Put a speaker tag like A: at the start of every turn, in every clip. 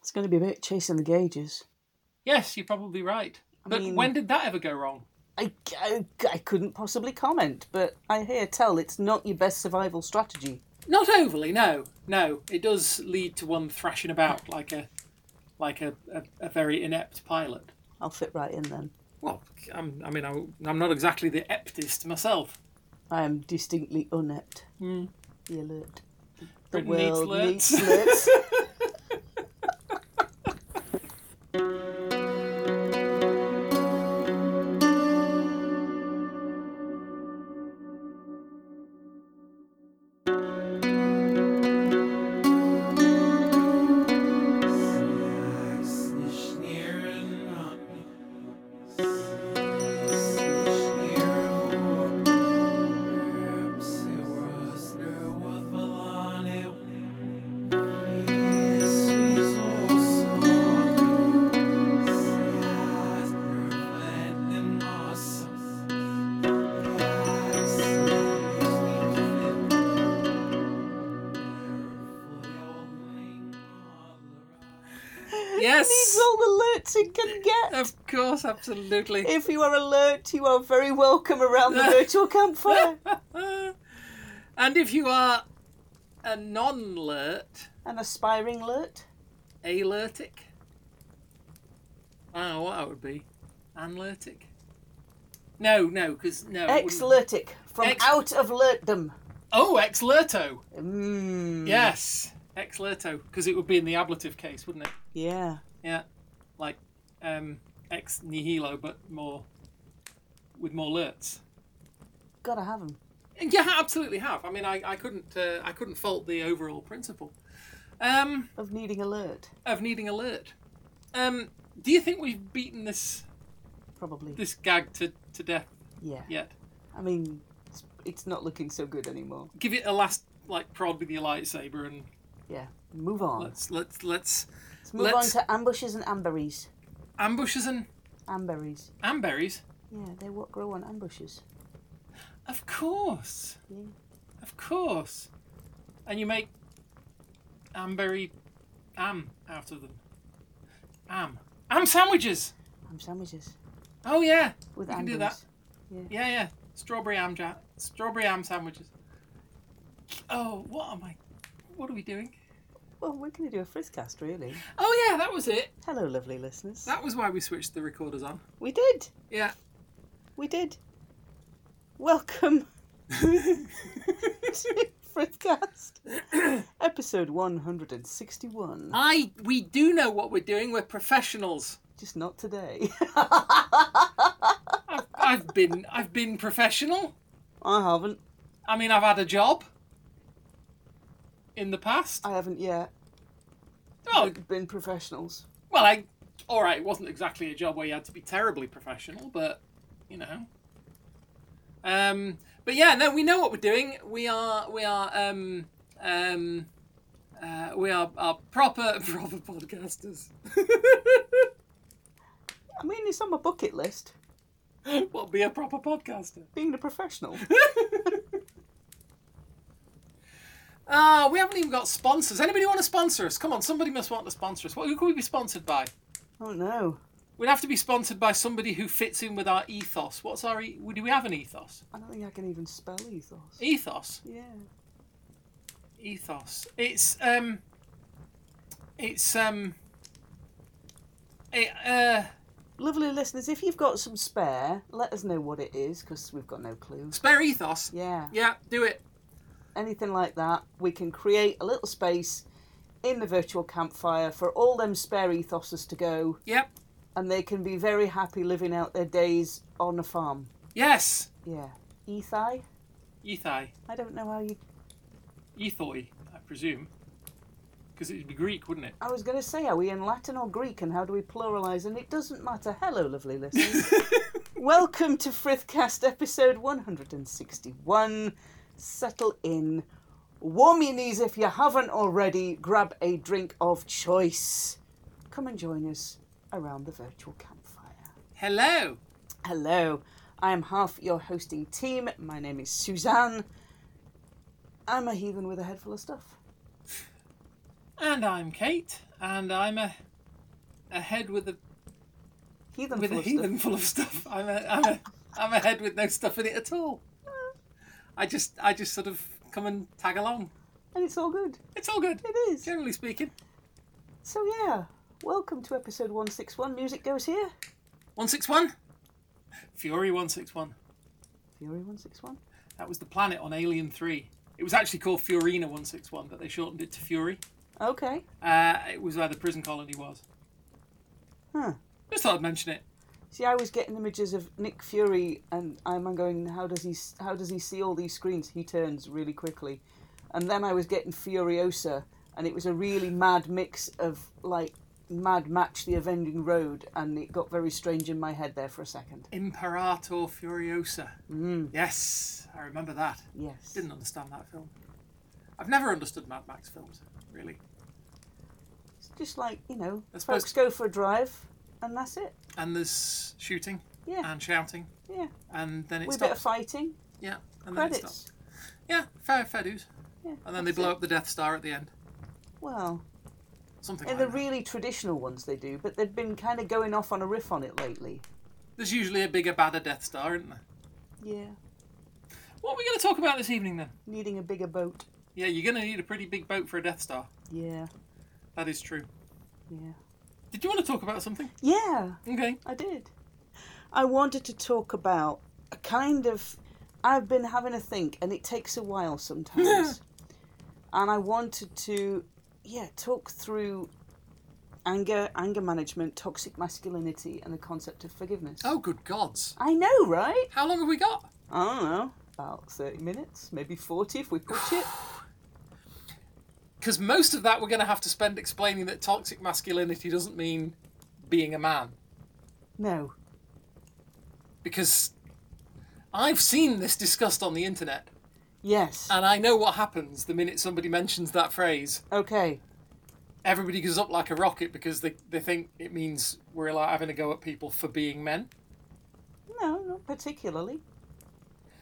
A: It's going to be a bit chasing the gauges.
B: Yes, you're probably right. But
A: mean-
B: when did that ever go wrong?
A: I, I, I couldn't possibly comment, but I hear tell it's not your best survival strategy.
B: Not overly, no, no. It does lead to one thrashing about like a, like a, a, a very inept pilot.
A: I'll fit right in then.
B: Well, I'm, I mean, I'm, I'm not exactly the eptist myself.
A: I am distinctly unept. The alert. The
B: Hmm. Britain needs
A: world
B: alerts.
A: needs alerts.
B: Yes,
A: It's all the alerts it can get.
B: of course, absolutely.
A: If you are alert, you are very welcome around the virtual campfire.
B: And if you are a non-lert,
A: An aspiring alert.
B: alertic, I don't know what that would be. Anlertic? No, no, because no. it wouldn't-
A: Ex-lertic. From
B: Ex-
A: out of lertdom.
B: Oh, ex-lerto.
A: Mm.
B: Yes, ex-lerto, because it would be in the ablative case, wouldn't it?
A: Yeah.
B: like um, ex nihilo, but more with more lerts.
A: Gotta have them.
B: Yeah, I absolutely have. I mean, I, I couldn't uh, I couldn't fault the overall principle um,
A: Of needing alert.
B: of needing alert. Um, do you think we've beaten this
A: Probably.
B: this gag to, to death
A: Yeah.
B: yet?
A: I mean, it's, it's not looking so good anymore.
B: Give it a last like prod with your lightsaber and
A: Yeah. Move on. Let's,
B: let's let's let's
A: move
B: let's-
A: on to ambushes and amberries.
B: ambushes and
A: Amberries.
B: amberries.
A: Yeah, they what grow on ambushes.
B: Of course,
A: Yeah.
B: of course. And you make amberry am out of them. Am am sandwiches.
A: Ham sandwiches.
B: Oh yeah,
A: With
B: You can
A: amberries.
B: do that. yeah, yeah. Strawberry am jam, strawberry am sandwiches. Oh, what am I? What are we doing?
A: Well, we're going to do a frizzcast, really.
B: Oh yeah, that was it.
A: Hello, lovely listeners.
B: That was why we switched the recorders on.
A: We did.
B: Yeah.
A: We did. Welcome to Frizzcast, episode 161.
B: I we do know what we're doing. We're professionals.
A: Just not today.
B: I've, I've been I've been professional.
A: I haven't.
B: I mean, I've had a job in the past.
A: I haven't yet
B: Oh,
A: been professionals.
B: well, I. All right, it wasn't exactly a job where you had to be terribly professional, but you know. Um, but yeah, no, we know what we're doing. We are, we are, um, um, uh, we are, are proper, proper podcasters.
A: I mean, it's on my bucket list,
B: what be a proper podcaster?
A: being a professional.
B: Ah, we haven't even got sponsors. Anybody want to sponsor us? Come on, somebody must want to sponsor us. What, who could we be sponsored by?
A: oh no,
B: We'd have to be sponsored by somebody who fits in with our ethos. What's our? E- do we have an ethos?
A: I don't think I can even spell ethos.
B: Ethos.
A: Yeah.
B: Ethos. It's um. It's um. It, uh,
A: Lovely listeners, if you've got some spare, let us know what it is because we've got no clue.
B: spare ethos.
A: Yeah.
B: Yeah, do it.
A: anything like that, we can create a little space in the virtual campfire for all them spare ethoses to go,
B: Yep.
A: and they can be very happy living out their days on a farm.
B: Yes.
A: Yeah. Ethi?
B: Ethi.
A: I don't know how you.
B: Ethoi. I presume. Because it'd be Greek, wouldn't it?
A: I was going to say, are we in Latin or Greek, and how do we pluralise? And it doesn't matter. Hello, lovely listeners. Welcome to Frithcast episode 161. Settle in. Warm your knees if you haven't already. Grab a drink of choice. Come and join us around the virtual campfire.
B: Hello.
A: Hello, I am half your hosting team. My name is Suzanne. I'm a heathen with a head full of stuff.
B: And I'm Kate, and I'm a, a head with a
A: Heathen
B: with
A: full
B: a
A: of stuff.
B: heathen full of stuff. I'm a, I'm a I'm a head with no stuff in it at all.
A: Ah,
B: I just I just sort of come and tag along.
A: And it's all good.
B: It's all good,
A: It is.
B: generally speaking.
A: So yeah, welcome to episode 161. Music goes here.
B: One six one, Fury one six one.
A: Fury 161.
B: That was the planet on Alien Three. It was actually called Furina one six one, but they shortened it to Fury.
A: Okay.
B: Uh, it was where the prison colony was.
A: Huh.
B: Just thought I'd mention it.
A: See, I was getting images of Nick Fury, and I'm going, how does he? s- How does he see all these screens? He turns really quickly, and then I was getting Furiosa, and it was a really mad mix of like Mad Match, The Avenging Road, and it got very strange in my head there for a second.
B: Imperator Furiosa.
A: Mm,
B: Yes, I remember that.
A: yes.
B: Didn't understand that film. I've never understood Mad Max films, really.
A: It's just like you know,
B: I suppose-
A: folks go for a drive, and that's it.
B: And there's shooting
A: Yeah,
B: and shouting.
A: Yeah.
B: And then it
A: we bit of
B: stops.
A: fighting,
B: Yeah. And then it
A: credits.
B: stops. Yeah, fair fair dues.
A: Yeah,
B: And then they
A: that's
B: blow
A: it.
B: up the Death Star at the end.
A: Well,
B: Something
A: they're
B: like
A: the
B: that.
A: really traditional ones they do, but they've been kind of going off on a riff on it lately.
B: There's usually a bigger, badder Death Star, isn't there?
A: Yeah,
B: What are we going to talk about this evening then?
A: needing a bigger boat.
B: Yeah, you're going to need a pretty big boat for a Death Star.
A: Yeah,
B: That is true.
A: yeah.
B: Did you want to talk about something?
A: Yeah,
B: Okay.
A: I did. I wanted to talk about a kind of. I've been having a think, and it takes a while sometimes. and I wanted to, yeah, talk through anger, anger management, toxic masculinity, and the concept of forgiveness.
B: Oh, good gods.
A: I know, right?
B: How long have we got?
A: I don't know. About 30 minutes, maybe 40 if we push it.
B: Because most of that we're going to have to spend explaining that toxic masculinity doesn't mean being a man.
A: No.
B: Because I've seen this discussed on the internet,
A: Yes.
B: and I know what happens the minute somebody mentions that phrase.
A: Okay.
B: Everybody goes up like a rocket because they, they think it means we're like having a go at people for being men.
A: No, not particularly.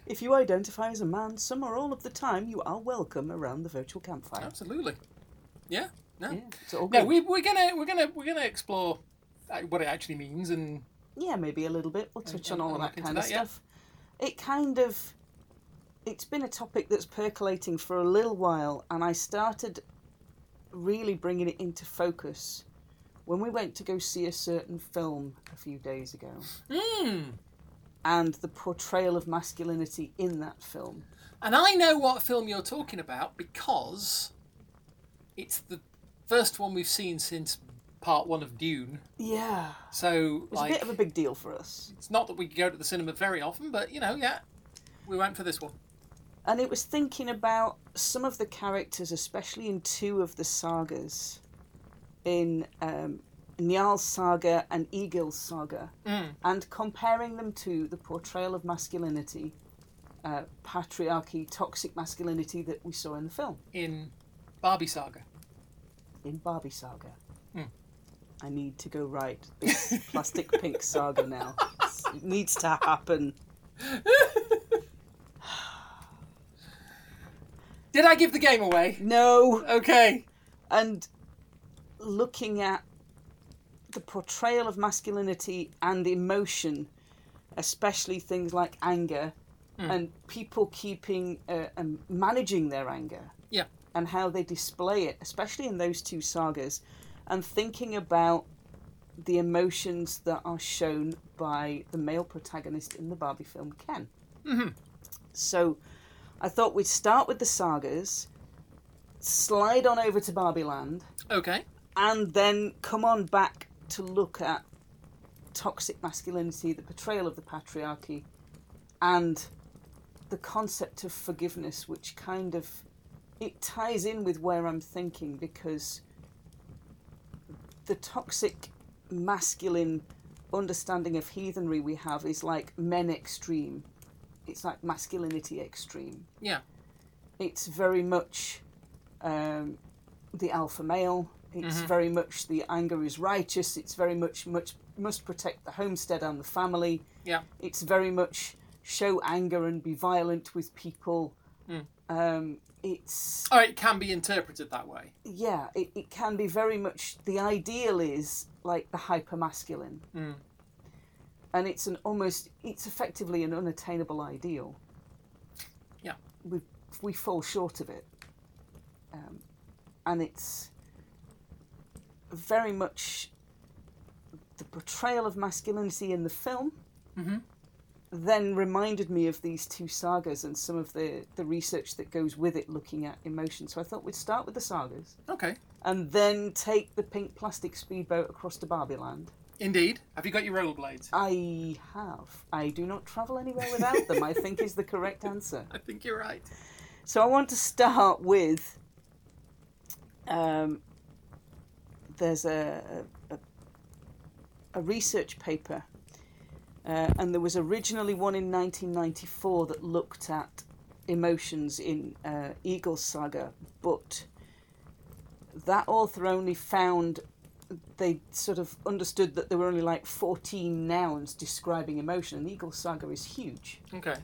A: If you identify as a man some or all of the time, you are welcome around the virtual campfire.
B: Absolutely. Yeah. No.
A: Yeah, it's all
B: Oh, No,
A: good.
B: we, we're gonna we're gonna we're gonna explore uh, what it actually means and
A: yeah, maybe a little bit. We'll touch on
B: and-
A: all of
B: and
A: that
B: look into
A: kind of
B: that, yeah.
A: stuff. It kind of. It's been a topic that's percolating for a little while, and I started really bringing it into focus when we went to go see a certain film a few days ago Hmm.
B: mm.
A: and the portrayal of masculinity in that film.
B: And I know what film you're talking about because it's the first one we've seen since part one of Dune.
A: Yeah.
B: So
A: It was
B: like,
A: a bit of a big deal for us.
B: it's not that we go to the cinema very often, but you know, yeah, we went for this one.
A: and it was thinking about some of the characters, especially in two of the sagas, in um, Njal's saga and Egil's saga,
B: Mm.
A: and comparing them to the portrayal of masculinity, uh, patriarchy, toxic masculinity that we saw in the film
B: In Barbie Saga.
A: in Barbie Saga.
B: Hmm.
A: I need to go write this plastic pink saga now. It's- It needs to happen.
B: Did I give the game away?
A: No.
B: Okay.
A: and looking at the portrayal of masculinity and emotion, especially things like anger,
B: Mm.
A: and people keeping uh, and managing their anger,
B: Yeah.
A: and how they display it, especially in those two sagas, and thinking about the emotions that are shown by the male protagonist in the Barbie film, Ken.
B: hmm
A: So I thought we'd start with the sagas, slide on over to Barbie Land,
B: Okay.
A: and then come on back to look at toxic masculinity, the portrayal of the patriarchy, and the concept of forgiveness, which kind of it ties in with where I'm thinking because the toxic masculine understanding of heathenry we have is like men extreme. It's like masculinity extreme.
B: Yeah.
A: It's very much um, the alpha male. It's
B: Mhm.
A: very much the anger is righteous. It's very much much must protect the homestead and the family.
B: Yeah.
A: It's very much show anger and be violent with people.
B: Mm.
A: Um, it's
B: Oh, it can be interpreted that way.
A: yeah, it, it can be very much the ideal is like the hyper masculine.
B: Mm.
A: And it's an almost it's effectively an unattainable ideal.
B: Yeah.
A: We we fall short of it. Um, and it's very much the portrayal of masculinity in the film
B: Mhm.
A: then reminded me of these two sagas and some of the, the research that goes with it looking at emotion. So I thought we'd start with the sagas
B: Okay.
A: and then take the pink plastic speedboat across to Barbie Land.
B: Indeed. Have you got your rollerblades?
A: I have. I do not travel anywhere without them, I think is the correct answer.
B: I think you're right.
A: So I want to start with um, there's a, a, a research paper, uh, and there was originally one in 1994 that looked at emotions in uh, Eagle Saga, but that author only found they sort of understood that there were only like 14 nouns describing emotion, and Eagle Saga is huge
B: Okay.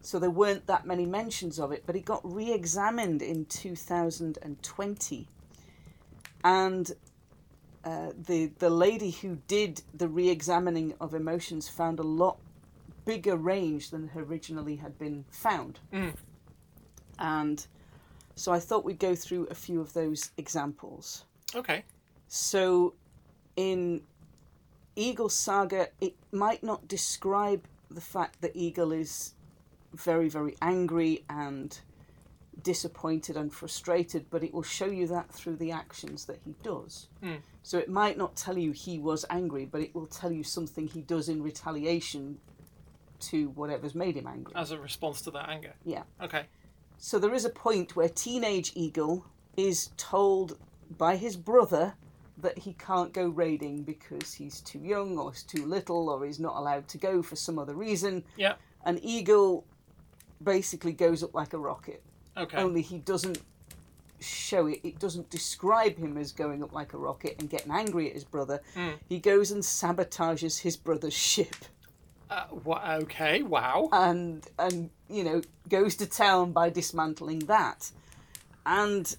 A: so there weren't that many mentions of it, but it got re examined in 2020. And uh, the, the lady who did the re examining of emotions found a lot bigger range than originally had been found.
B: Mm.
A: And so I thought we'd go through a few of those examples.
B: Okay.
A: So, in Eagle Saga, it might not describe the fact that Eagle is very, very angry and disappointed and frustrated, but it will show you that through the actions that he does.
B: Hmm.
A: So, it might not tell you he was angry, but it will tell you something he does in retaliation to whatever's made him angry.
B: As a response to that anger.
A: Yeah.
B: Okay.
A: So there is a point where teenage Eagle is told by his brother that he can't go raiding because he's too young or he's too little or he's not allowed to go for some other reason.
B: Yeah.
A: And Eagle basically goes up like a rocket.
B: Okay.
A: Only he doesn't show it. It doesn't describe him as going up like a rocket and getting angry at his brother.
B: Mm.
A: He goes and sabotages his brother's ship
B: Uh, wha- okay. Wow.
A: and and you know goes to town by dismantling that and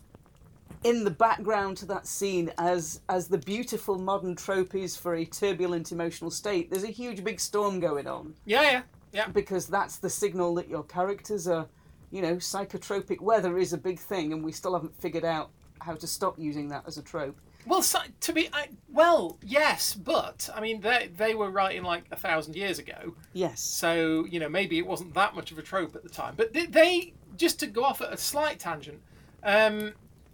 A: in the background to that scene as as the beautiful modern trope is for a turbulent emotional state there's a huge big storm going on
B: Yeah. Yeah. Yeah.
A: because that's the signal that your characters are you know psychotropic weather is a big thing and we still haven't figured out how to stop using that as a trope
B: Well, so, to be I, well, yes, but I mean, they they were writing like a thousand years ago,
A: yes
B: so you know maybe it wasn't that much of a trope at the time. But they, they just to go off at a slight tangent. Um,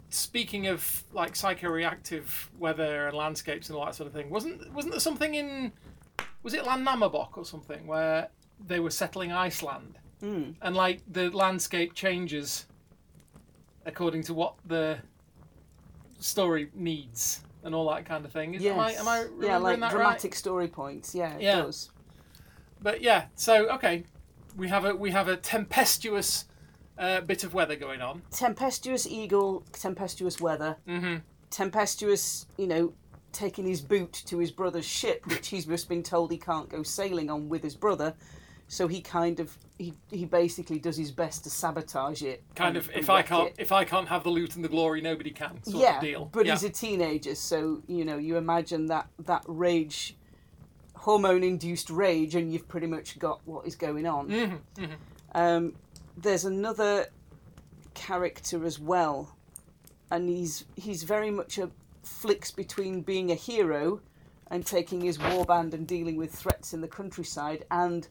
B: speaking of like psychoreactive weather and landscapes and all that sort of thing, wasn't wasn't there something in was it Landnamabok or something where they were settling Iceland
A: Mm.
B: and like the landscape changes according to what the story needs and all that kind of thing. Is, Am I, am I
A: Yes.
B: remembering
A: yeah like
B: that
A: dramatic
B: right?
A: story points yeah it
B: Yeah.
A: does
B: But yeah, so okay, we have a we have a tempestuous uh, bit of weather going on.
A: tempestuous eagle tempestuous weather
B: hmm
A: tempestuous, you know, taking his boot to his brother's ship, which he's just been told he can't go sailing on with his brother. So he kind of he, he basically does his best to sabotage it. and-
B: Kind of,
A: and
B: if I
A: wreck
B: can't
A: it.
B: if I can't have the loot and the glory, nobody can. Sort
A: yeah,
B: of deal.
A: but
B: yeah.
A: he's a teenager, so you know you imagine that that rage, hormone-induced rage, and you've pretty much got what is going on.
B: Mhm, mhm.
A: Um, there's another character as well, and he's he's very much a flicks between being a hero and taking his warband and dealing with threats in the countryside, and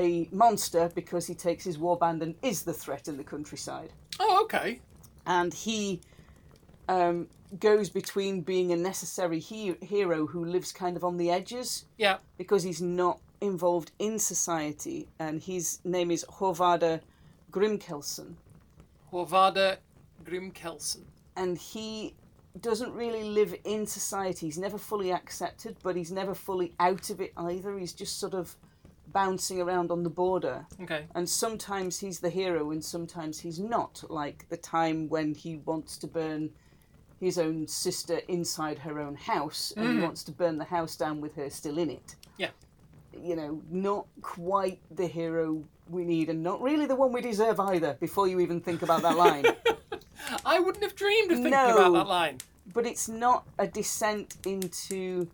A: a monster because he takes his warband and is the threat in the countryside.
B: Oh, okay.
A: And he um, goes between being a necessary he- hero who lives kind of on the edges
B: Yeah.
A: because he's not involved in society, and his name is Horvada Grimkelsen,
B: Horvada Grimkelsen.
A: and he doesn't really live in society. He's never fully accepted, but he's never fully out of it either. He's just sort of bouncing around on the border,
B: Okay.
A: and sometimes he's the hero, and sometimes he's not. Like the time when he wants to burn. His own sister inside her own house, and he
B: Mhm.
A: wants to burn the house down with her still in it. you know, not quite the hero we need and not really the one we deserve either, before you even think about that line.
B: I wouldn't have dreamed of thinking
A: No.
B: about that line.
A: but it's not a descent into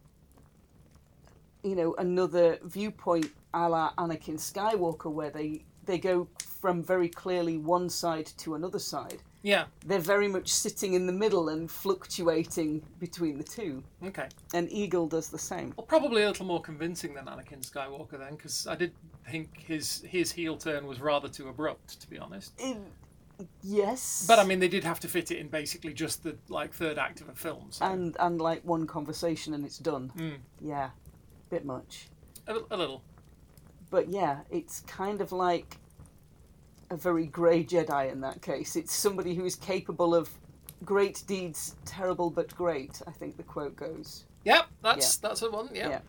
A: you know another viewpoint a la anakin skywalker where they they go from very clearly one side to another side
B: Yeah.
A: they're very much sitting in the middle and fluctuating between the two
B: Okay.
A: and eagle does the same
B: Well, probably a little more convincing than Anakin Skywalker then, because I did think his his heel turn was rather too abrupt, to be honest.
A: Eh, yes
B: But I mean, they did have to fit it in basically just the like third act of a film. So
A: and and like one conversation and it's done
B: Mm.
A: yeah bit much
B: a, a little.
A: but yeah, it's kind of like a very grey Jedi in that case. It's somebody who is capable of great deeds, terrible but great. I think the quote goes.
B: Yep, that's that's the one. Yeah.
A: Yeah.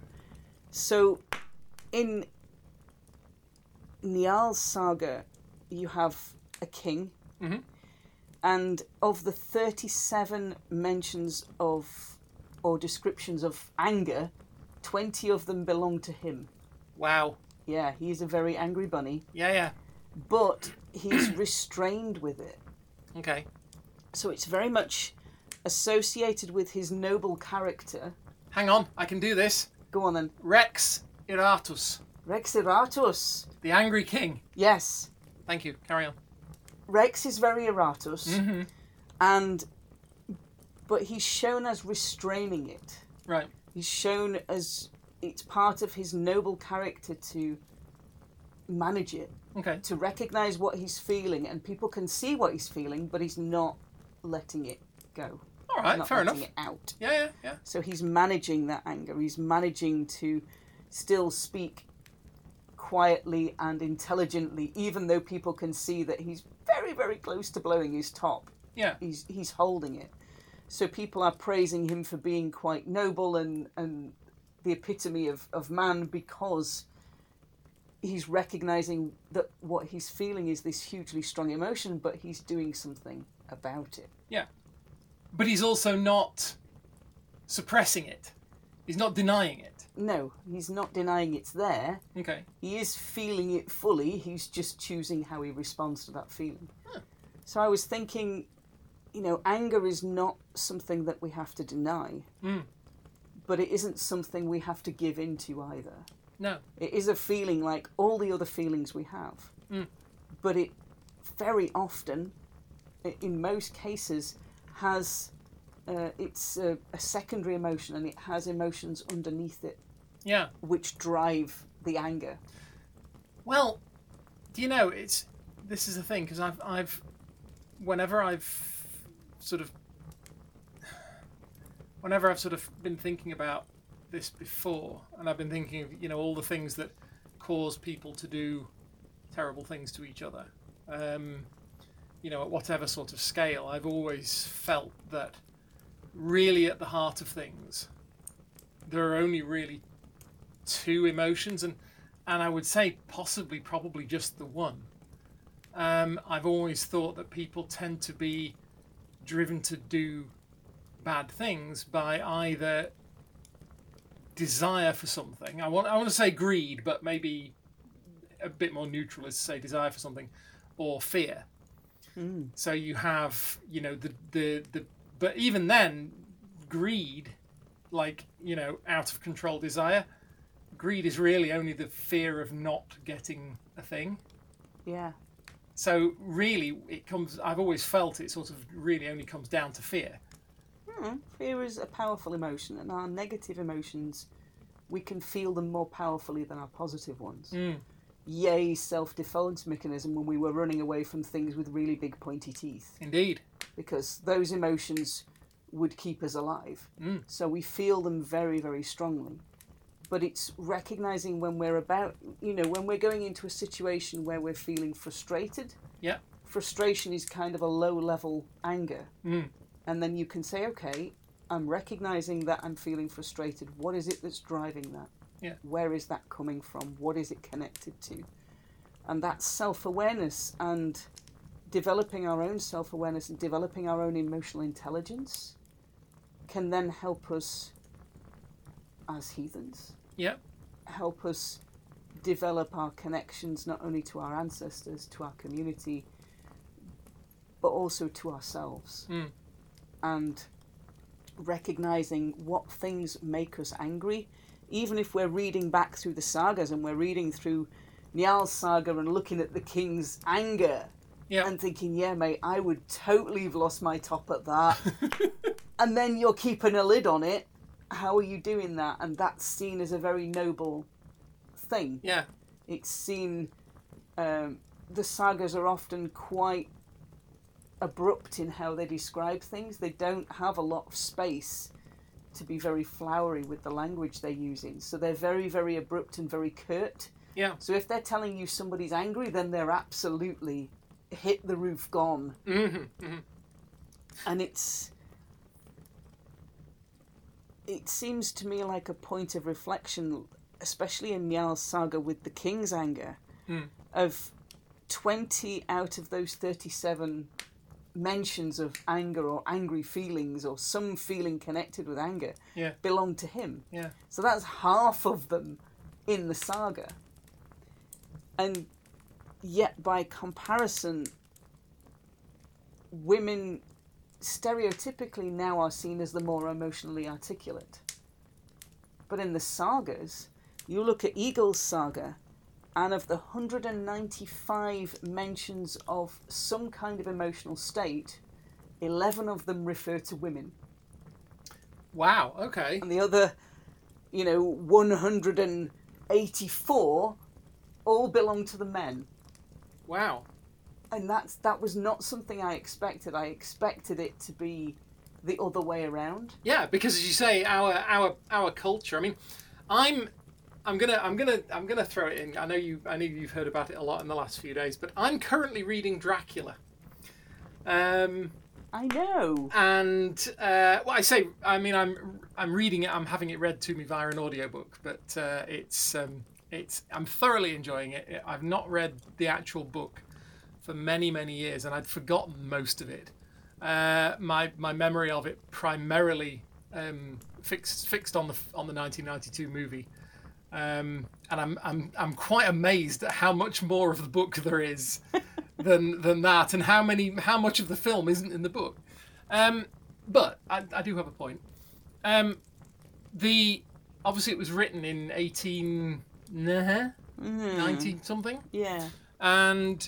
A: So, in Nial's saga, you have a king,
B: Mhm.
A: and of the thirty-seven mentions of or descriptions of anger, twenty of them belong to him.
B: Wow.
A: Yeah, he's a very angry bunny.
B: Yeah, yeah.
A: but he's restrained with it.
B: Okay.
A: So it's very much associated with his noble character.
B: Hang on, I can do this.
A: Go on then.
B: Rex Iratus,
A: Rex Iratus.
B: the angry king.
A: Yes.
B: Thank you. Carry on.
A: Rex is very Iratus
B: Mm-hmm.
A: and but he's shown as restraining it.
B: Right.
A: He's shown as it's part of his noble character to manage it,
B: Okay.
A: to recognize what he's feeling and people can see what he's feeling but he's not letting it go.
B: All right.
A: not
B: Uh, fair
A: letting
B: enough.
A: it out.
B: Yeah, yeah, yeah.
A: So he's managing that anger. He's managing to still speak quietly and intelligently, even though people can see that he's very, very close to blowing his top.
B: Yeah.
A: He's he's holding it. So people are praising him for being quite noble and, and the epitome of, of man because he's recognizing that what he's feeling is this hugely strong emotion, but he's doing something about it.
B: But he's also not suppressing it. He's not denying it.
A: No, he's not denying it's there.
B: Okay.
A: he is feeling it fully he's just choosing how he responds to that feeling so i was thinking you know anger is not something that we have to deny
B: Mm.
A: but it isn't something we have to give into either
B: No.
A: it is a feeling like all the other feelings we have
B: Mm.
A: but it very often i- in most cases has uh, it's a, a secondary emotion and it has emotions underneath it
B: Yeah.
A: which drive the anger
B: Well, do you know it's this is the thing because I've I've whenever I've sort of whenever I've sort of been thinking about this before, and I've been thinking of you know all the things that cause people to do terrible things to each other, um, you know at whatever sort of scale. I've always felt that really at the heart of things, there are only really two emotions, and and I would say possibly probably just the one. Um, I've always thought that people tend to be driven to do bad things by either desire for something. I want I want to say greed, but maybe a bit more neutral is to say desire for something, or fear. So you have you know the the the but even then greed, like you know out of control desire greed is really only the fear of not getting a thing.
A: yeah
B: So really, it comes. I've always felt it sort of really only comes down to fear.
A: Mm, fear is a powerful emotion, and our negative emotions, we can feel them more powerfully than our positive ones.
B: Mm.
A: Yay, self defense mechanism when we were running away from things with really big pointy teeth,
B: Indeed.
A: because those emotions would keep us alive.
B: Mm.
A: So we feel them very, very strongly. But it's recognizing when we're about, you know, when we're going into a situation where we're feeling frustrated.
B: Yeah.
A: Frustration is kind of a low level anger
B: Mm.
A: and then you can say, okay, I'm recognizing that I'm feeling frustrated. What is it that's driving that?
B: Yeah.
A: Where is that coming from? What is it connected to? And that self awareness and developing our own self awareness and developing our own emotional intelligence can then help us as heathens.
B: Yeah.
A: Help us develop our connections not only to our ancestors, to our community, but also to ourselves.
B: Mm.
A: And recognizing what things make us angry, even if we're reading back through the sagas and we're reading through Njal's saga and looking at the king's anger
B: Yeah.
A: and thinking, yeah, mate, I would totally have lost my top at
B: Uh,
A: that. and then you're keeping a lid on it. How are you doing that? And that's seen as a very noble thing
B: yeah.
A: it's seen um, the sagas are often quite abrupt in how they describe things they don't have a lot of space to be very flowery with the language they're using so they're very very abrupt and very curt
B: Yeah.
A: so if they're telling you somebody's angry then they're absolutely hit the roof gone
B: Mm-hmm. hmm
A: and it's it seems to me like a point of reflection, especially in Njal's saga with the king's anger,
B: Hmm.
A: of twenty out of those thirty-seven mentions of anger or angry feelings or some feeling connected with anger
B: Yeah.
A: belong to him.
B: Yeah.
A: So that's half of them in the saga. And yet, by comparison, women stereotypically now are seen as the more emotionally articulate. But in the sagas, you look at Eagle's saga, and of the 195 mentions of some kind of emotional state, 11 of them refer to women
B: Wow. Okay.
A: and the other, you know, 184 all belong to the men.
B: Wow.
A: And that's that was not something I expected. I expected it to be the other way around.
B: Yeah, because as you say, our our our culture. I mean, I'm I'm gonna I'm gonna I'm gonna throw it in. I know you I know you've heard about it a lot in the last few days, but I'm currently reading Dracula. Um,
A: I know.
B: and uh, well, I say I mean I'm I'm reading it. I'm having it read to me via an audiobook, but uh, it's um, it's I'm thoroughly enjoying it. I've not read the actual book for many many years, and I'd forgotten most of it. Uh, my my memory of it primarily um, fixed fixed on the on the 1992 movie. Um, and I'm, I'm I'm quite amazed at how much more of the book there is than than that, and how many how much of the film isn't in the book. Um, but I, I do have a point. Um, the obviously it was written in eighteen nah, ninety something,
A: Yeah.
B: and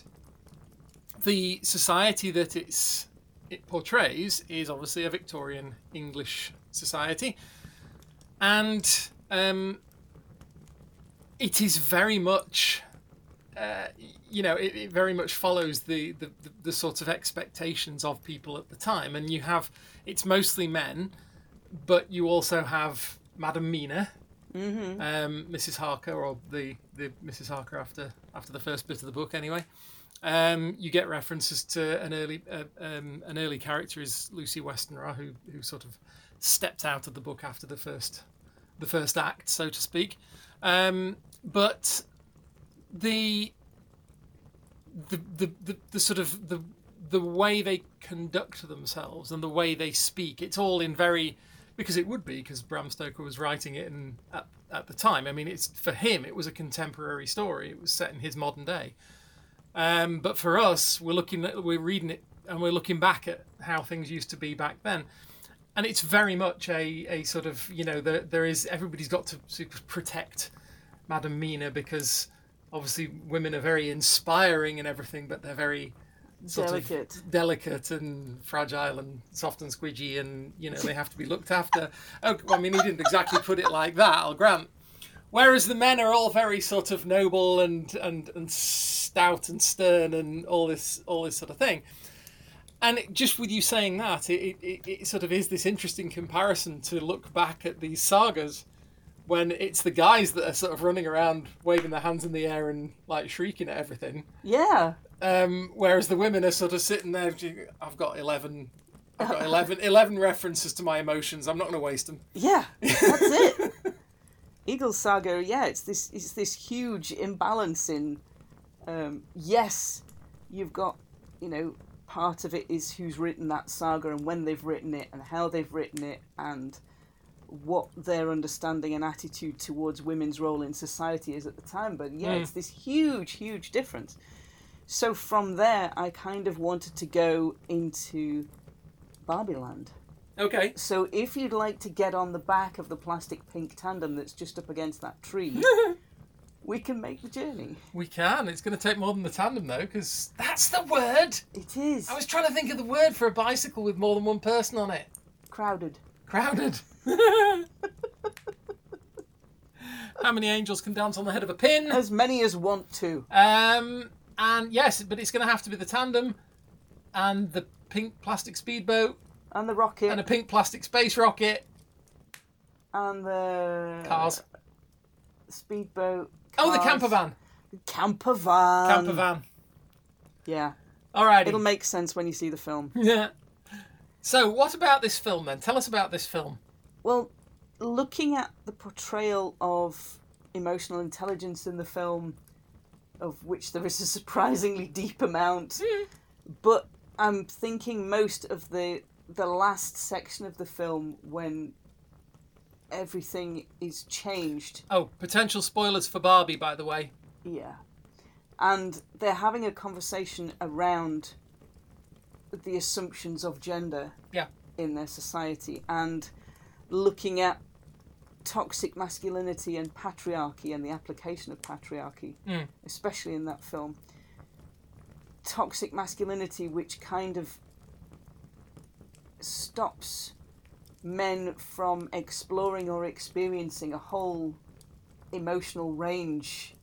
B: the society that it's it portrays is obviously a Victorian English society, and um, it is very much. Uh, you know, it, it very much follows the, the, the, the sort of expectations of people at the time. And you have, it's mostly men, but you also have Madam Mina, um, Mrs. Harker, or the, the Mrs. Harker after after the first bit of the book, anyway. Um, you get references to an early uh, um, an early character is Lucy Westenra, who who sort of stepped out of the book after the first the first act, so to speak. Um, but the the, the, the, the sort of the the way they conduct themselves and the way they speak it's all in very because it would be because Bram Stoker was writing it and at, at the time I mean it's for him it was a contemporary story it was set in his modern day um, but for us we're looking at, we're reading it and we're looking back at how things used to be back then and it's very much a, a sort of you know there, there is everybody's got to sort of protect Madam Mina because obviously women are very inspiring and everything, but they're very sort
A: Delicate.
B: of delicate and fragile and soft and squidgy, and you know they have to be looked after. Oh, I mean, he didn't exactly put it like that. I'll grant. Whereas the men are all very sort of noble and and and stout and stern and all this all this sort of thing. And it, just with you saying that, it, it, it sort of is this interesting comparison to look back at these sagas when it's the guys that are sort of running around waving their hands in the air and like shrieking at everything,
A: Yeah.
B: um, whereas the women are sort of sitting there. I've got eleven, I've got 11, 11 references to my emotions. I'm not going to waste them.
A: Yeah. That's it. Eagle Saga, yeah, it's this it's this huge imbalance in um, yes, you've got, you know, part of it is who's written that saga and when they've written it and how they've written it and what their understanding and attitude towards women's role in society is at the time. But yeah,
B: Mm.
A: it's this huge, huge difference. So from there, I kind of wanted to go into Barbie Land.
B: Okay.
A: So if you'd like to get on the back of the plastic pink tandem that's just up against that tree, we can make the journey.
B: we can. It's going to take more than the tandem though, because that's the word.
A: It is
B: I was trying to think of the word for a bicycle with more than one person on it.
A: crowded.
B: Crowded. How many angels can dance on the head of a pin?
A: As many as want to.
B: Um, and yes, but it's going to have to be the tandem and the pink plastic speedboat
A: And the rocket.
B: and a pink plastic space rocket.
A: and the
B: Cars.
A: speedboat.
B: Oh,
A: cars.
B: the
A: Um,
B: camper van.
A: Camper van.
B: Camper van.
A: Yeah, it'll
B: Alrighty.
A: make sense when you see the film.
B: Yeah. So, what about this film then? Tell us about this film.
A: Well, looking at the portrayal of emotional intelligence in the film, of which there is a surprisingly deep amount, but I'm thinking most of the the last section of the film when everything is changed
B: Oh, potential spoilers for Barbie, by the way.
A: Yeah. And they're having a conversation around the assumptions of gender
B: Yeah.
A: in their society and looking at toxic masculinity and patriarchy and the application of patriarchy,
B: Mm.
A: especially in that film. Toxic masculinity, which kind of stops men from exploring or experiencing a whole emotional range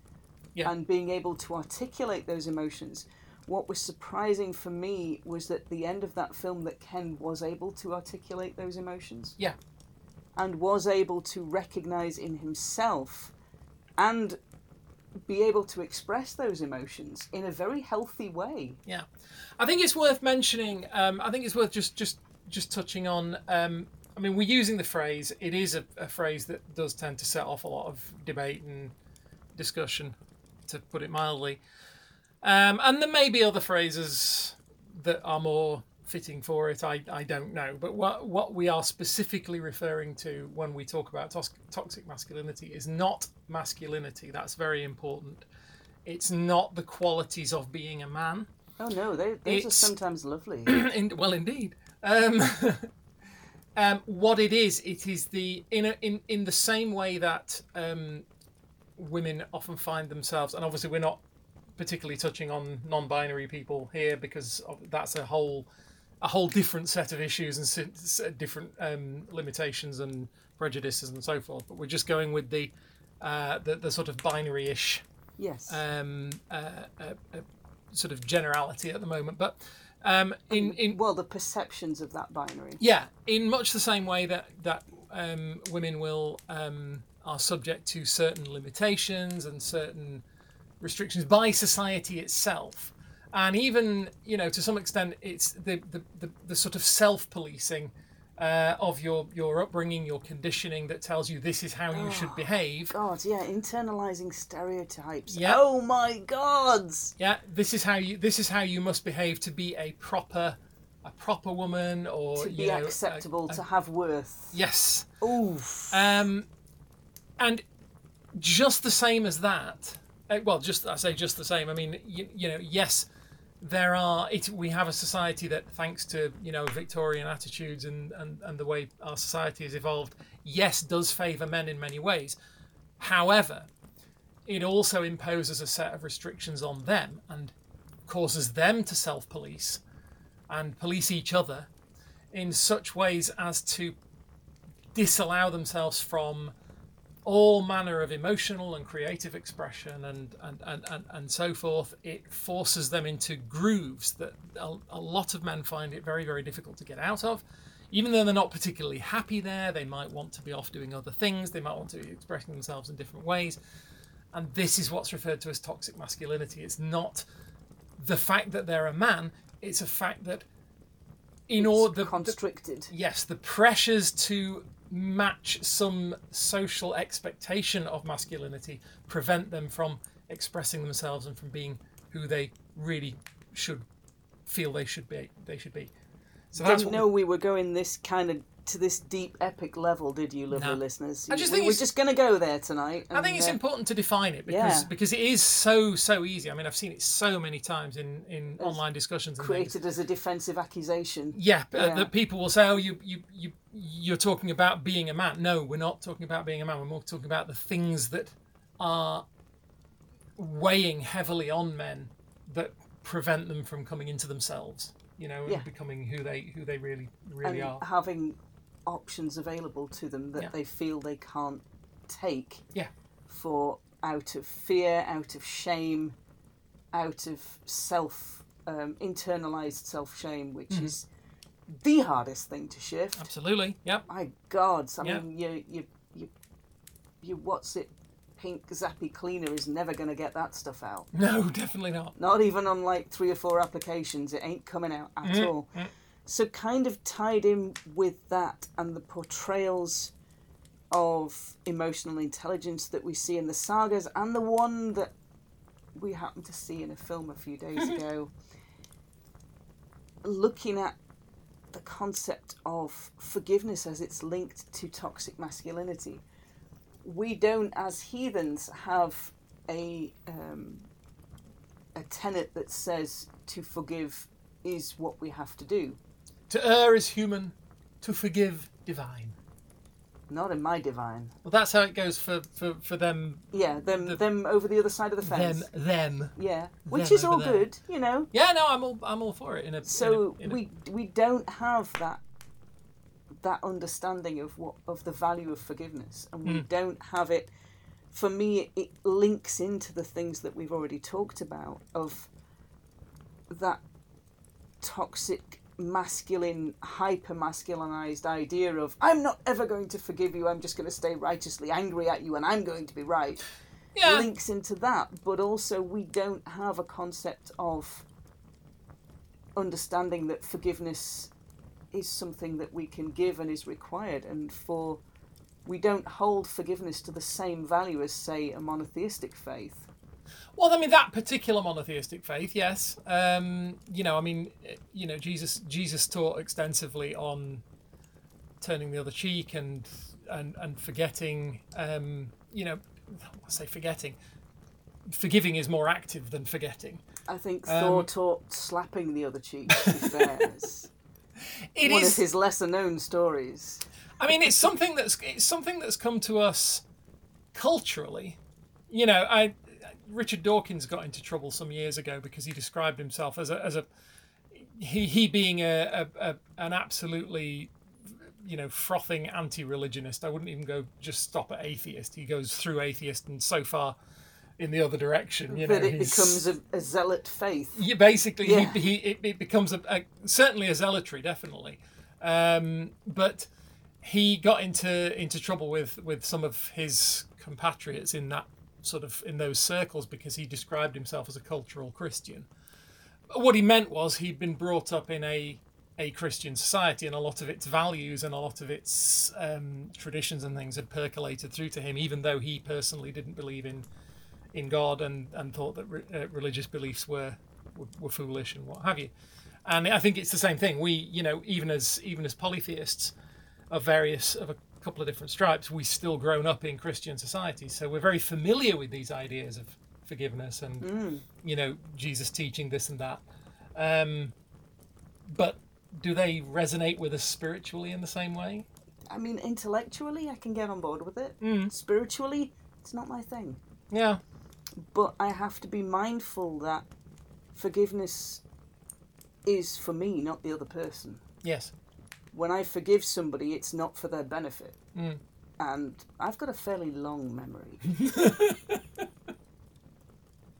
B: Yeah.
A: and being able to articulate those emotions. What was surprising for me was that the end of that film that Ken was able to articulate those emotions.
B: Yeah.
A: And was able to recognize in himself and be able to express those emotions in a very healthy way.
B: I think it's worth mentioning. Um, I think it's worth just just just touching on. Um, I mean, we're using the phrase. It is a, a phrase that does tend to set off a lot of debate and discussion, to put it mildly. Um, and there may be other phrases that are more fitting for it. I, I don't know. But what what we are specifically referring to when we talk about tos- toxic masculinity is not masculinity. That's very important. It's not the qualities of being a man.
A: Oh no, they, those are
B: It's-
A: sometimes lovely.
B: In, well, indeed. Um, um, what it is, it is the in a, in in the same way that um, women often find themselves, and obviously we're not particularly touching on non-binary people here because of, that's a whole a whole different set of issues and si- s- different um, limitations and prejudices and so forth. But we're just going with the uh, the, the sort of binary-ish
A: yes.
B: um, uh, uh, uh, sort of generality at the moment. But um, in in
A: well, the perceptions of that binary.
B: yeah, in much the same way that that um, women will um, are subject to certain limitations and certain restrictions by society itself, and even you know to some extent it's the the, the, the sort of self policing. Uh, of your your upbringing, your conditioning that tells you this is how you should behave,
A: Oh, God, yeah, internalizing stereotypes.
B: Yeah.
A: Oh my gods!
B: yeah this is how you this is how you must behave to be a proper a proper woman or
A: to
B: you
A: be
B: know, a-
A: acceptable,
B: a-
A: to have worth.
B: yes
A: Oof.
B: um and just the same as that uh, well just i say just the same i mean you, you know yes there are it we have a society that thanks to you know victorian attitudes and and, and the way our society has evolved yes does favor men in many ways however it also imposes a set of restrictions on them and causes them to self police and police each other in such ways as to disallow themselves from all manner of emotional and creative expression and, and, and, and, and so forth. It forces them into grooves that a, a lot of men find it very, very difficult to get out of. Even though they're not particularly happy there, they might want to be off doing other things, they might want to be expressing themselves in different ways. And this is what's referred to as toxic masculinity. It's not the fact that they're a man, it's a fact that in order
A: constricted.
B: Yes, the pressures to match some social expectation of masculinity prevent them from expressing themselves and from being who they really should feel they should be. They should be. So that's
A: Didn't
B: what
A: know we were going this kind of to this deep, epic level, did you, lovely
B: No.
A: listeners?
B: I just
A: we,
B: think
A: we're
B: it's-
A: just going to go there tonight.
B: I think
A: and,
B: it's
A: uh,
B: important to define it because
A: yeah.
B: because it is so so easy. I mean, I've seen it so many times in in online discussions. And things.
A: created as a defensive accusation.
B: Yeah, but, uh,
A: Yeah.
B: that people will say, "Oh, you you you you're talking about being a man." No, we're not talking about being a man. We're more talking about the things that are weighing heavily on men that prevent them from coming into themselves. You know, and
A: Yeah.
B: becoming who they who they really really
A: and
B: are.
A: having options available to them that
B: Yeah.
A: they feel they can't take
B: Yeah.
A: for out of fear out of shame out of self um, internalized self shame which
B: Mm-hmm.
A: is the hardest thing to shift
B: Absolutely. Yep.
A: my god i
B: Yeah.
A: mean you you you you what's it pink zappy cleaner is never going to get that stuff out
B: No, definitely not.
A: not even on like three or four applications. It ain't coming out at all. So, kind of tied in with that and the portrayals of emotional intelligence that we see in the sagas, and the one that we happened to see in a film a few days ago, looking at the concept of forgiveness as it's linked to toxic masculinity. We don't, as heathens, have a um, a tenet that says to forgive is what we have to do.
B: To err is human. To forgive, divine.
A: Not in my divine.
B: Well, that's how it goes for for for them
A: Yeah, them
B: The-
A: them over the other side of the fence.
B: them them.
A: yeah, which
B: them
A: is all
B: over there.
A: good, you know.
B: Yeah. No, I'm all I'm all for it. In a in a-
A: So
B: in a-
A: we we don't have that that understanding of what of the value of forgiveness, and
B: Hmm.
A: we don't have it. For me, it links into the things that we've already talked about of that toxic masculine hyper masculinized idea of i'm not ever going to forgive you i'm just going to stay righteously angry at you and i'm going to be right
B: yeah.
A: links into that, but also we don't have a concept of understanding that forgiveness is something that we can give and is required, and for we don't hold forgiveness to the same value as, say, a monotheistic faith.
B: Well, I mean that particular monotheistic faith, yes. Um, you know, I mean, eh, you know, Jesus Jesus taught extensively on turning the other cheek and and and forgetting. Um, you know, I say forgetting. Forgiving is more active than forgetting.
A: I think
B: Um,
A: Thor taught slapping the other cheek. To be fair. It's
B: It is.
A: one of his lesser-known stories.
B: I mean, it's something that's it's something that's come to us culturally. You know, I Richard Dawkins got into trouble some years ago because he described himself as a as a he he being a, a, a an absolutely you know frothing anti-religionist. I wouldn't even go just stop at atheist. He goes through atheist and so far in the other direction. You know,
A: That it
B: he's-
A: becomes a, a zealot faith.
B: yeah, basically,
A: Yeah.
B: He, he, it, it becomes a, a certainly a zealotry, definitely. Um, but he got into into trouble with with some of his compatriots in that sort of in those circles because he described himself as a cultural Christian. What he meant was he'd been brought up in a a Christian society, and a lot of its values and a lot of its um, traditions and things had percolated through to him, even though he personally didn't believe in in God and, and thought that re, uh, religious beliefs were, were were foolish and what have you. And I think it's the same thing. We, you know, even as even as polytheists of various of a couple of different stripes, we still grown up in Christian society, so we're very familiar with these ideas of forgiveness and
A: Mm.
B: you know Jesus teaching this and that. Um, but do they resonate with us spiritually in the same way?
A: I mean, intellectually, I can get on board with it.
B: Mm.
A: Spiritually, it's not my thing.
B: Yeah.
A: but I have to be mindful that forgiveness is for me, not the other person.
B: Yes.
A: When I forgive somebody, it's not for their benefit.
B: Mm.
A: And I've got a fairly long memory.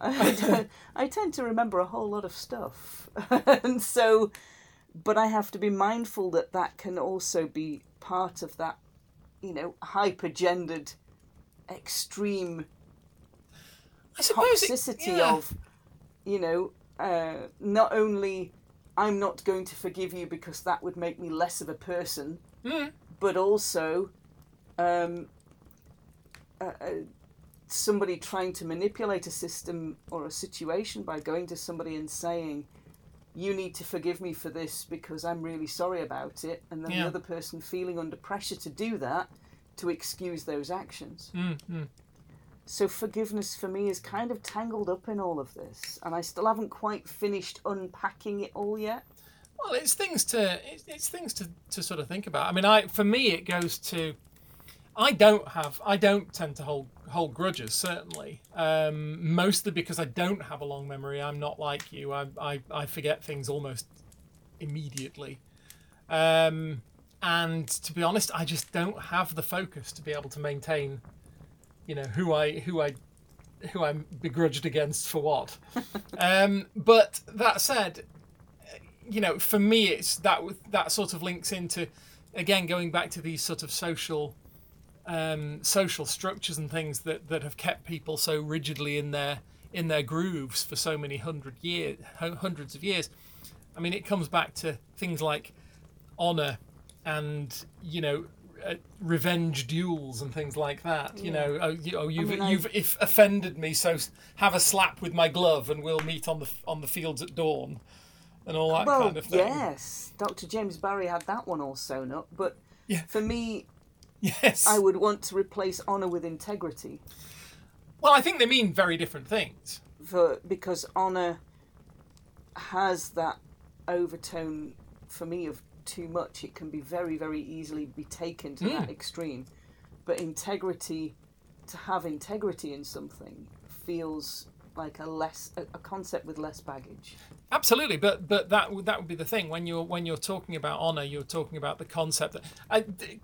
A: I, don't- I tend to remember a whole lot of stuff. and so, but I have to be mindful that that can also be part of that, you know, hyper gendered, extreme
B: I suppose it-
A: toxicity
B: yeah.
A: of, you know, uh, not only I'm not going to forgive you because that would make me less of a person,
B: Mm.
A: but also um, uh, uh, somebody trying to manipulate a system or a situation by going to somebody and saying, you need to forgive me for this because I'm really sorry about it, and then
B: Yeah.
A: the other person feeling under pressure to do that to excuse those actions.
B: Mm, mm.
A: So forgiveness for me is kind of tangled up in all of this, and I still haven't quite finished unpacking it all yet.
B: Well, it's things to it's, it's things to, to sort of think about. I mean, I for me it goes to I don't have I don't tend to hold hold grudges certainly. Um, mostly because I don't have a long memory. I'm not like you. I I, I forget things almost immediately. Um, and to be honest, I just don't have the focus to be able to maintain, you know, who I who I who I'm begrudged against for what. um, but that said, you know, for me, it's that that sort of links into, again, going back to these sort of social, um, social structures and things that that have kept people so rigidly in their in their grooves for so many hundred years, hundreds of years. I mean, it comes back to things like honor and you know. Uh, revenge duels and things like that. You know, oh, you, oh you've
A: mean, I-
B: you've if offended me, so s- have a slap with my glove, and we'll meet on the f- on the fields at dawn, and all that
A: well,
B: kind of thing.
A: yes, Dr. James Barry had that one all sewn up, but
B: Yeah.
A: for me,
B: Yes.
A: I would want to replace honour with integrity.
B: well, I think they mean very different things.
A: for because honor has that overtone for me of too much it can be very very easily be taken to
B: Hmm.
A: that extreme but integrity to have integrity in something feels like a less a, a concept with less baggage
B: Absolutely, but but that would that would be the thing when you're when you're talking about honor, you're talking about the concept that I, th-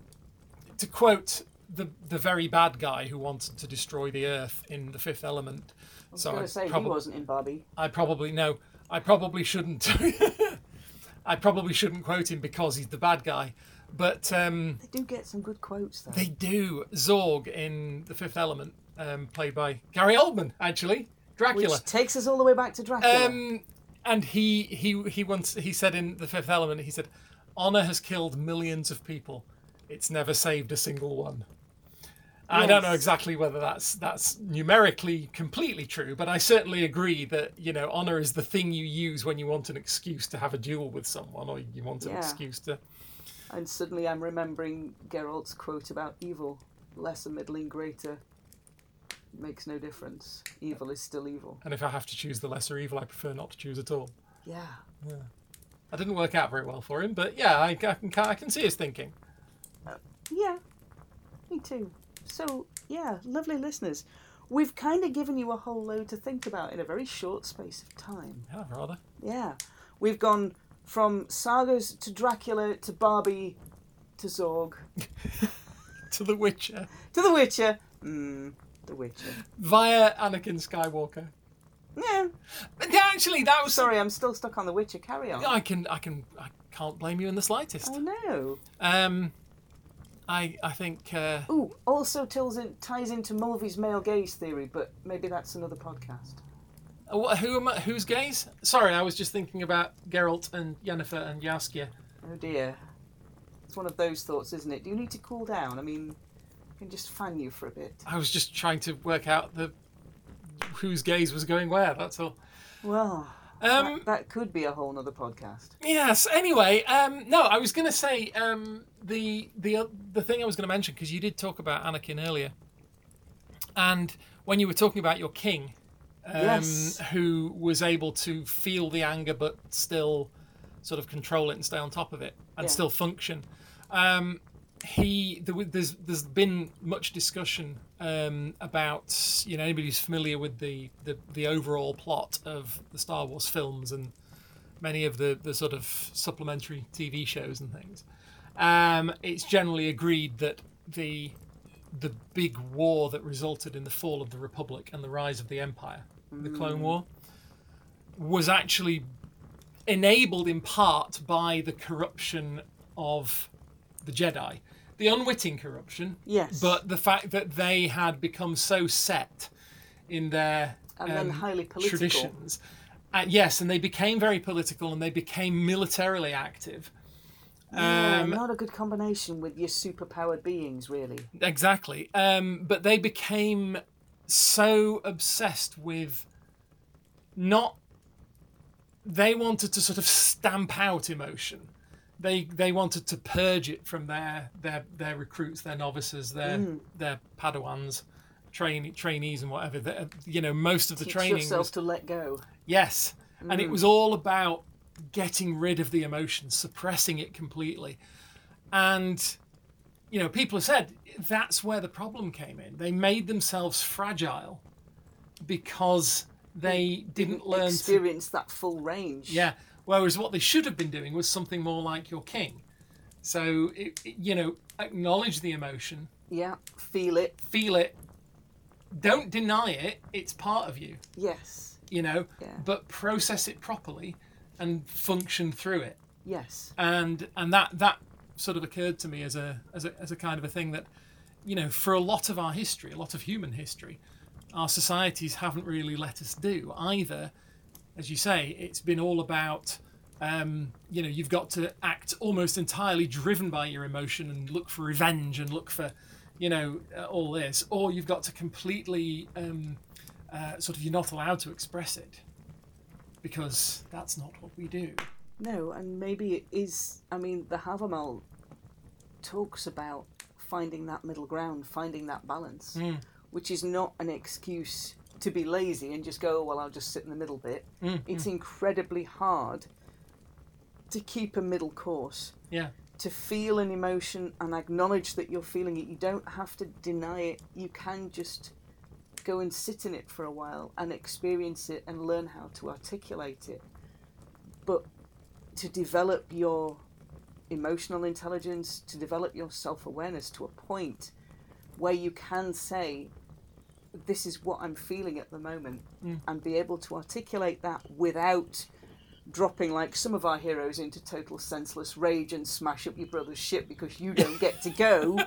B: to quote the the very bad guy who wanted to destroy the earth in the Fifth Element.
A: i was going to say he wasn't in barbie
B: I probably no. I probably shouldn't. I probably shouldn't quote him because he's the bad guy. But um,
A: they do get some good quotes though
B: they do Zorg in The Fifth Element, um, played by Gary Oldman, actually Dracula.
A: which takes us all the way back to dracula
B: Um, and he he he once he said in the Fifth Element, he said, "Honor has killed millions of people. It's never saved a single one." I don't know
A: Yes.
B: exactly whether that's that's numerically completely true, but I certainly agree that you know honor is the thing you use when you want an excuse to have a duel with someone, or you want an
A: Yeah.
B: excuse to.
A: and suddenly i'm remembering geralt's quote about evil lesser middling greater makes no difference evil is still evil
B: And if I have to choose the lesser evil, I prefer not to choose at all.
A: Yeah.
B: That didn't work out very well for him, but yeah, I, I can I can see his thinking.
A: Yeah. Me too. So, yeah, lovely listeners. We've kind of given you a whole load to think about in a very short space of time.
B: Yeah, rather.
A: Yeah. We've gone from sagas to Dracula to Barbie to Zorg
B: To The Witcher
A: to The Witcher. Mmm, The Witcher.
B: via Anakin Skywalker.
A: Yeah.
B: But actually, that was
A: Sorry, I'm still stuck on The Witcher. Carry on.
B: I can, I can, I can't blame you in the slightest.
A: I know.
B: Um, I, I think, uh,
A: Ooh, also tells in, ties into Mulvey's male gaze theory, but maybe that's another podcast.
B: wh- who am I, who's gays? Sorry, I was just thinking about Geralt and Yennefer and Yaskia.
A: Oh dear. It's one of those thoughts, isn't it? Do you need to cool down? I mean, I can just fan you for a bit.
B: I was just trying to work out the whose gaze was going where. That's all.
A: Well,
B: Um,
A: that, that could be a whole nother podcast.
B: Yes. Anyway, um, no, I was going to say um, the the o- the thing I was going to mention because you did talk about Anakin earlier, and when you were talking about your king, um,
A: Yes.
B: who was able to feel the anger but still sort of control it and stay on top of it and
A: Yeah.
B: still function. Um, he there, wa- there's there's been much discussion um, about you know anybody who's familiar with the, the the overall plot of the Star Wars films and many of the, the sort of supplementary TV shows and things, um, it's generally agreed that the the big war that resulted in the fall of the Republic and the rise of the Empire, the
A: Mm.
B: Clone War, was actually enabled in part by the corruption of the Jedi, the unwitting corruption,
A: Yes.
B: but the fact that they had become so set in their
A: and then
B: um,
A: highly political.
B: traditions. Uh, yes, and they became very political and they became militarily active.
A: Yeah,
B: Um,
A: not a good combination with your superpowered beings, really.
B: Exactly. Um, but they became so obsessed with not they wanted to sort of stamp out emotion. They they wanted to purge it from their their their recruits, their novices, their
A: Mm.
B: their padawans, train trainees and whatever. The, uh, you know, most of the
A: Teach
B: training
A: yourself
B: was
A: to let go.
B: yes, and it was all about getting rid of the emotion, suppressing it completely, and you know, people have said that's where the problem came in. They made themselves fragile because they didn't learn to
A: Experience that full range.
B: yeah. Whereas what they should have been doing was something more like your king. So, it, it- you know, acknowledge the emotion,
A: Yeah. Feel it.
B: feel it, don't deny it, it's part of you,
A: Yes.
B: you know,
A: Yeah.
B: but process it properly and function through it.
A: Yes.
B: And and that that sort of occurred to me as a as a as a kind of a thing that you know, for a lot of our history, a lot of human history, our societies haven't really let us do either. As you say, it's been all about, um, you know, you've got to act almost entirely driven by your emotion and look for revenge and look for, you know, uh, all this, or you've got to completely um, uh, sort of you're not allowed to express it because that's not what we do.
A: No, and maybe it is. I mean, the Havamal talks about finding that middle ground, finding that balance,
B: Mm.
A: which is not an excuse to be lazy and just go, "Oh, well, I'll just sit in the middle bit.
B: Mm,
A: It's incredibly hard to keep a middle course.
B: Yeah.
A: To feel an emotion and acknowledge that you're feeling it. You don't have to deny it. You can just go and sit in it for a while and experience it and learn how to articulate it. But to develop your emotional intelligence, to develop your self awareness to a point where you can say, This is what I'm feeling at the moment,
B: Mm.
A: and be able to articulate that without dropping like some of our heroes into total senseless rage and smash up your brother's ship because you don't get to go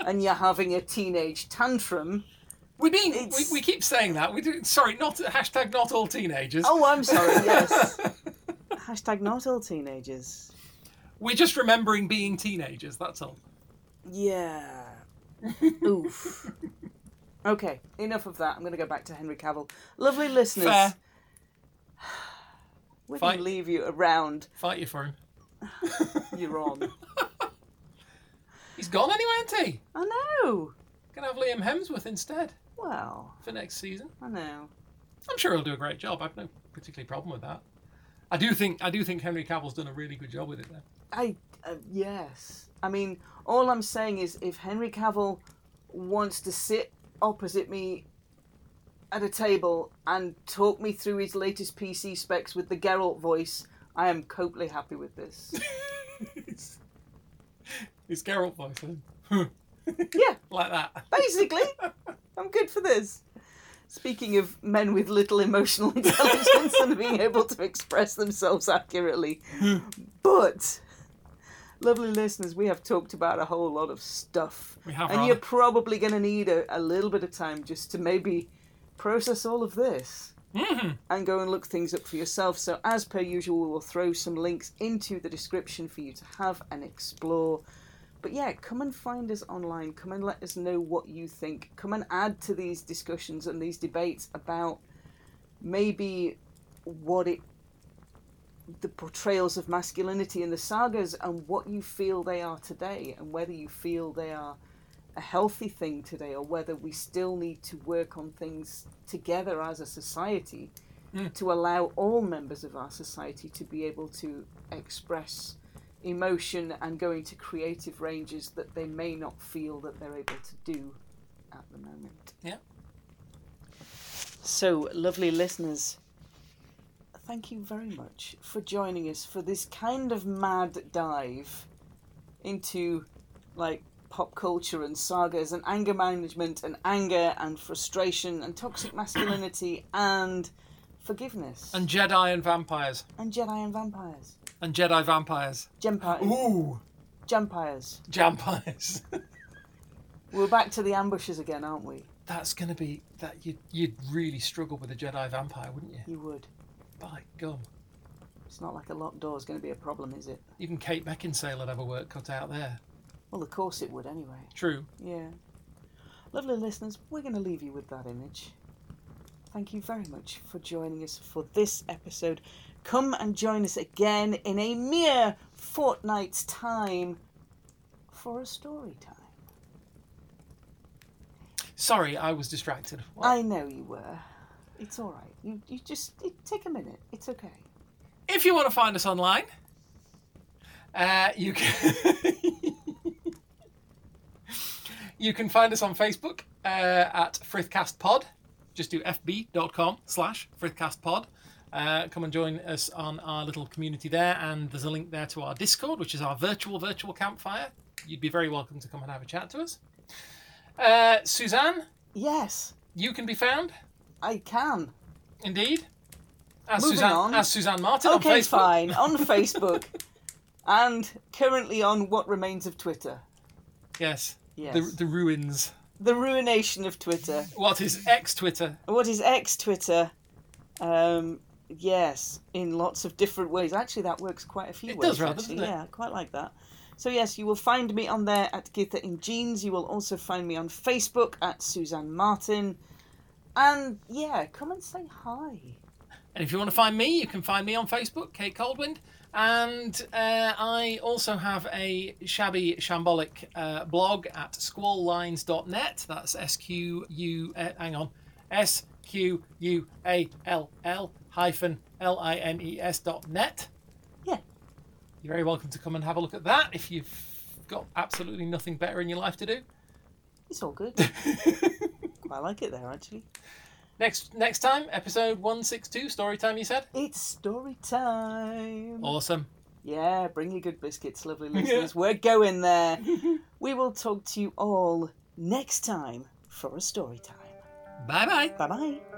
A: and you're having a teenage tantrum.
B: We mean we,
A: It's-
B: we keep saying that. We do. Sorry, not hashtag not all teenagers.
A: Oh, I'm sorry, yes. Hashtag not all teenagers.
B: We're just remembering being teenagers. That's all.
A: Yeah. Oof. Okay, enough of that. I'm going to go back to Henry Cavill. Lovely listeners.
B: Fair.
A: We're going
B: Fine.
A: to leave you around.
B: Fight you for him.
A: You're on.
B: He's gone anyway, isn't he?
A: I know.
B: Gonna have Liam Hemsworth instead
A: Well,
B: for next season.
A: I know.
B: I'm sure he'll do a great job. I've no particular problem with that. I do think I do think Henry Cavill's done a really good job with it though.
A: I uh, yes. I mean, all I'm saying is, if Henry Cavill wants to sit opposite me at a table and talk me through his latest PC specs with the Geralt voice, I am totally happy with this.
B: His- His Geralt voice, huh?
A: yeah.
B: like that.
A: basically. I'm good for this. Speaking of men with little emotional intelligence and being able to express themselves accurately. but, lovely listeners, we have talked about a whole lot of stuff.
B: We have
A: And
B: rather-
A: you're probably going to need a, a little bit of time just to maybe process all of this
B: Mhm.
A: and go and look things up for yourself. So, as per usual, we will throw some links into the description for you to have and explore. But yeah, come and find us online. Come and let us know what you think. Come and add to these discussions and these debates about maybe what it the portrayals of masculinity in the sagas and what you feel they are today and whether you feel they are a healthy thing today or whether we still need to work on things together as a society
B: Mm.
A: to allow all members of our society to be able to express emotion and go into creative ranges that they may not feel that they're able to do at the moment.
B: Yeah.
A: So, lovely listeners, thank you very much for joining us for this kind of mad dive into like pop culture and sagas and anger management and anger and frustration and toxic masculinity and forgiveness
B: And Jedi and vampires.
A: and Jedi and vampires.
B: And Jedi vampires.
A: Gempi-
B: Ooh,
A: Jampires.
B: vampires.
A: We're back to the ambushes again, aren't we?
B: That's gonna be that you'd you'd really struggle with a Jedi vampire, wouldn't you?
A: You would.
B: By gum.
A: It's not like a locked door is going to be a problem, is it?
B: Even Kate Beckinsale would have a work cut out there.
A: Well, of course it would anyway.
B: True.
A: Yeah. Lovely listeners, we're going to leave you with that image. Thank you very much for joining us for this episode. Come and join us again in a mere fortnight's time for a story time.
B: Sorry, I was distracted. What?
A: I know you were. It's all right. You, you just it, take a minute. It's okay.
B: If you want to find us online, uh, you can you can find us on Facebook uh, at FrithcastPod. Just do fb.com slash FrithcastPod. Uh, come and join us on our little community there, and there's a link there to our Discord, which is our virtual virtual campfire. You'd be very welcome to come and have a chat to us. Uh, Suzanne,
A: Yes,
B: you can be found
A: I can.
B: indeed as
A: Moving
B: Suzanne
A: on.
B: as Suzanne Martin on
A: Okay,
B: Facebook.
A: fine. On Facebook, and currently on what remains of Twitter.
B: Yes,
A: Yes,
B: the
A: the,
B: the ruins.
A: ruination of Twitter.
B: What is ex Twitter?
A: What is ex Twitter? Um, yes, in lots of different ways. Actually, that works quite a few
B: It
A: ways.
B: does rather,
A: actually.
B: doesn't it?
A: Yeah, I quite like that. So yes, you will find me on there at Githa in Jeans. You will also find me on Facebook at Suzanne Martin. And yeah, come and say hi.
B: And if you want to find me, you can find me on Facebook, Kate Coldwind. And uh, I also have a shabby, shambolic uh, blog at squalllines.net. That's S Q U. Uh, hang on, S Q U A L L hyphen L I N E S dot net.
A: Yeah.
B: You're very welcome to come and have a look at that if you've got absolutely nothing better in your life to do.
A: It's all good. quite like it there actually.
B: Next next time, episode one six two, story time. You said
A: It's story time.
B: awesome.
A: Yeah, bring your good biscuits, lovely listeners. We're going there. we will talk to you all next time for a story time.
B: Bye bye.
A: Bye bye.